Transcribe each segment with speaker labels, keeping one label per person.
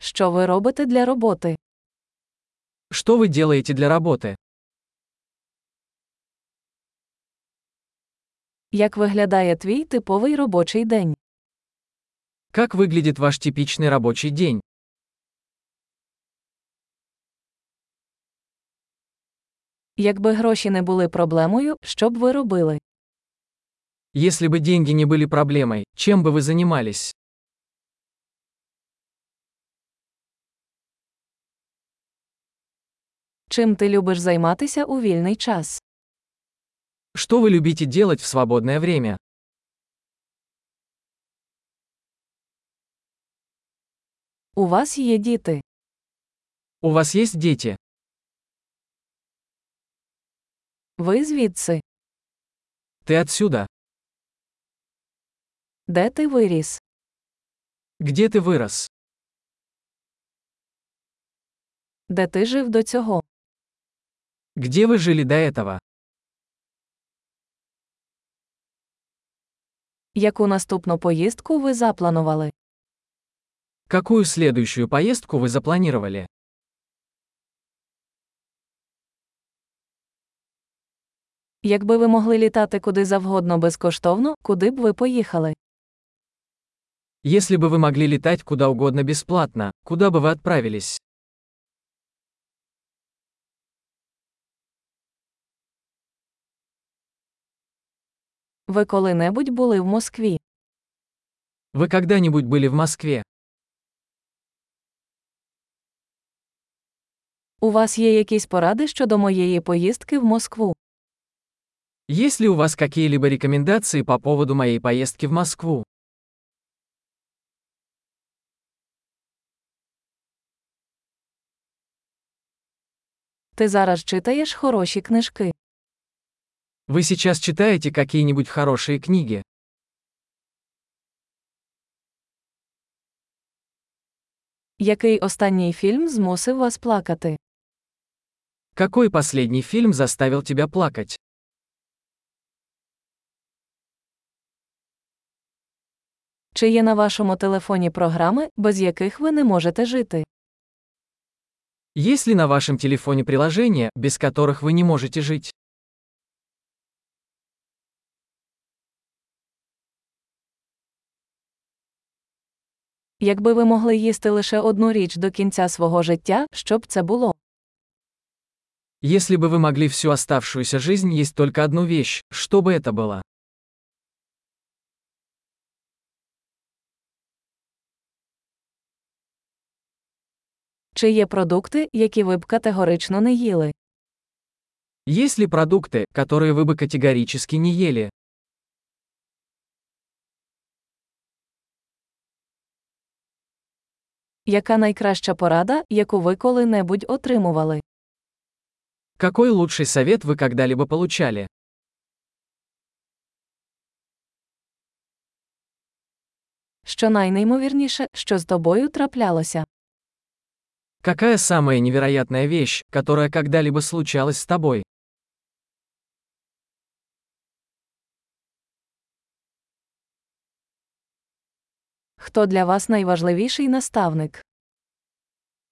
Speaker 1: Що ви робите для роботи?
Speaker 2: Что вы делаете для работы?
Speaker 1: Як виглядає твій типовий робочий день?
Speaker 2: Как выглядит ваш типичный рабочий день?
Speaker 1: Якби гроші не були проблемою, що б ви робили?
Speaker 2: Если бы деньги не были проблемой, чем бы вы занимались?
Speaker 1: Чим ти любиш займатися у вільний час?
Speaker 2: Что вы любите делать в свободное время?
Speaker 1: У вас є діти.
Speaker 2: У вас есть дети?
Speaker 1: Ви звідси?
Speaker 2: Ты отсюда?
Speaker 1: Де ти виріс?
Speaker 2: Где ты вырос?
Speaker 1: Де ти жив до цього?
Speaker 2: Где вы жили до этого?
Speaker 1: Яку наступну поїздку ви запланували?
Speaker 2: Какую следующую поездку вы запланировали?
Speaker 1: Якби ви могли літати куди завгодно безкоштовно, куди б ви поїхали?
Speaker 2: Если бы вы могли летать куда угодно бесплатно, куда бы вы отправились?
Speaker 1: Ви коли-небудь були в Москві?
Speaker 2: Вы когда-нибудь были в Москве?
Speaker 1: У вас є якісь поради щодо моєї поїздки в Москву?
Speaker 2: Есть ли у вас какие-либо рекомендации по поводу моей поездки в Москву?
Speaker 1: Ти зараз читаєш хороші книжки.
Speaker 2: Вы сейчас читаете какие-нибудь хорошие книги?
Speaker 1: Який останній фільм змусив вас плакати?
Speaker 2: Какой последний фильм заставил тебя плакать?
Speaker 1: Чи є на вашому телефоні програми, без яких ви не можете жити?
Speaker 2: Есть ли на вашем телефоне приложения, без которых вы не можете жить?
Speaker 1: Якби ви могли їсти лише одну річ до кінця свого життя, що б це було?
Speaker 2: Если бы вы могли всю оставшуюся жизнь есть только одну вещь, что бы это было?
Speaker 1: Чи є продукти, які ви б категорично не їли?
Speaker 2: Есть ли продукты, которые вы бы категорически не ели?
Speaker 1: Яка найкраща порада, яку ви коли-небудь отримували?
Speaker 2: Какой лучший совет вы когда-либо получали?
Speaker 1: Що найнеймовірніше, що з тобою траплялося?
Speaker 2: Какая самая невероятная вещь, которая когда-либо случалась с тобой?
Speaker 1: Хто для вас найважливіший наставник?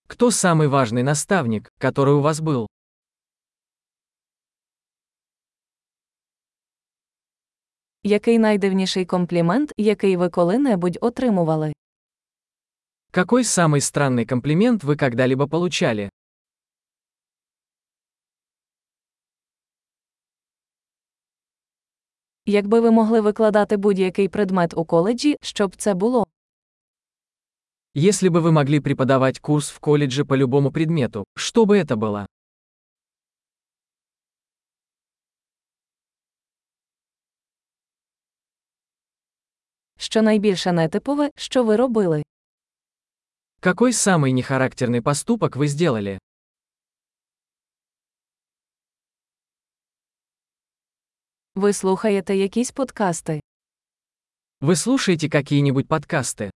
Speaker 2: Кто самый важный наставник, который у вас был?
Speaker 1: Який найдивніший комплімент, який ви коли-небудь отримували?
Speaker 2: Какой самый странный комплимент вы когда-либо получали?
Speaker 1: Якби ви могли викладати будь-який предмет у коледжі, що б це було?
Speaker 2: Если бы вы могли преподавать курс в колледже по любому предмету, что бы это было?
Speaker 1: Що найбільше нетипове, що ви робили?
Speaker 2: Какой самый нехарактерный поступок вы сделали?
Speaker 1: Ви слухаєте якісь подкасти?
Speaker 2: Вы слушаете какие-нибудь подкасты?